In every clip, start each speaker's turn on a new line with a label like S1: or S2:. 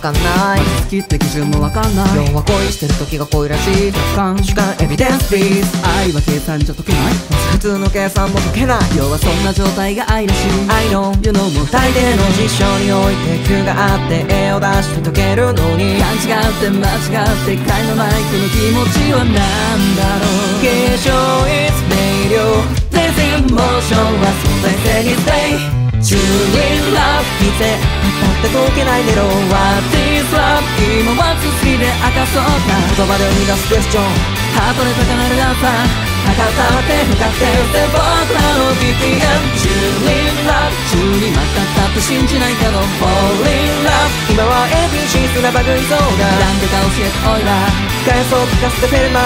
S1: かんない好きって基準もわかんない要は恋してる時が恋らしい達観主観エビデンスピース愛は計算じゃ解けない普通の計算も解けない要はそんな状態が愛らしい I know you know もう大抵の事象において苦があって絵を出して解けるのに
S2: 勘違って間違って解のないこの気持ちは何だろう
S1: 継承 is 明瞭
S2: This emotion は存在性に stay Truly love
S1: 見て全く解けないでろうは
S2: This love 今は続きで明かそうか
S1: 言葉で生み出すクエスチョン
S2: ハートで高鳴る朝高さって向かって打って僕らの BPM Truly love 中にまたたって信じないけど Fall in love
S1: 今は ABC すらバグりそうだ
S2: なんでか教えておいら
S1: 返そう聞かせてフェルマ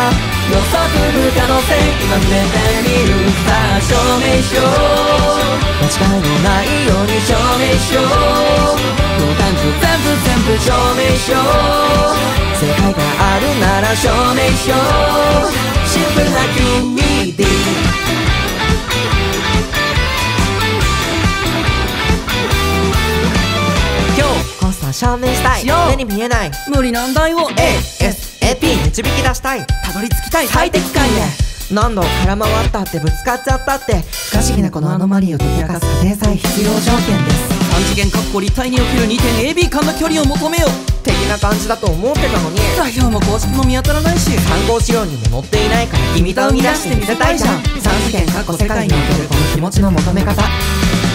S2: 予測不可能性今触れてみるさあ証明しよう
S1: 間違いのない
S2: いいように証明しようもう単純全部全部証明しよう
S1: 世界があるなら
S2: 証明しようシンプルな QED
S1: 今日こそ証明した
S2: しよう
S1: い目に見えない
S2: 無理難題を
S1: ASAP 導き出したい
S2: たどり着きたい
S1: 最
S2: 最
S1: 適
S2: 適解
S1: 解
S2: へ
S1: へ何度空回ったってぶつかっちゃったって不可思議なこのアノマリーを解き明かす家庭菜必要条件です
S2: 三次元かっこ立体における2点 AB 間の距離を求めよ
S1: 的な感じだと思ってたのに
S2: 座標も公式も見当たらないし
S1: 参考資料にも載っていないから君と生み出してみせたいじゃん三次元過去世界におけるこの気持ちの求め方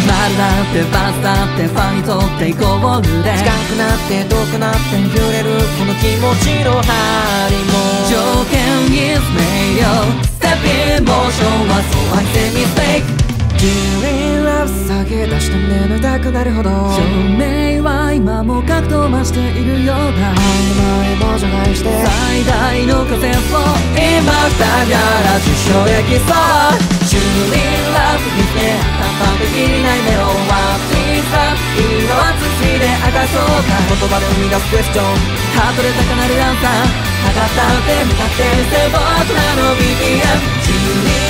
S2: 丸だってバスだってファンにとってイコールで
S1: 近くなって遠くなって揺れるこの気持ちの針も
S2: 条件 is 明瞭ステップエモーションはそうはしてミステイク
S1: Dear in love 下げ出して眠たくなるほど
S2: 照明は今も格闘増しているようだ
S1: 曖昧も除外して
S2: 最大の仮説を今だから受賞できそうチューリーラブ見て淡々と切りないメロンはプリーザ今は続きで明かそうか
S1: 言葉で生み出すクエスチョン
S2: ハートで高鳴るアンサー上がったって向かってみせ僕らの BPM チュ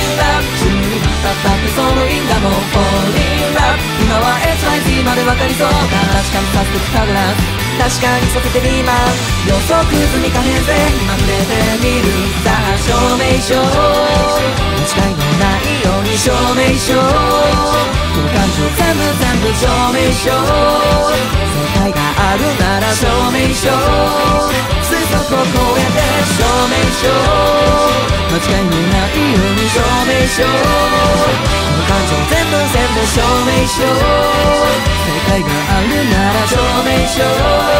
S2: ーリーラブチューリーたったってその因果も Fall in love 今は HIT まで分かりそうか確かに早速タグラス
S1: 確かにさせてみます
S2: 予測済み可変性今触れてみるさあ証明書
S1: 間違いのないように
S2: 証明書この感情全部全部証明書
S1: 世界があるなら
S2: 証明書推測を超えて証明書間違いのないように証明書
S1: この感情
S2: 全部全部証明書世界があるなら証明書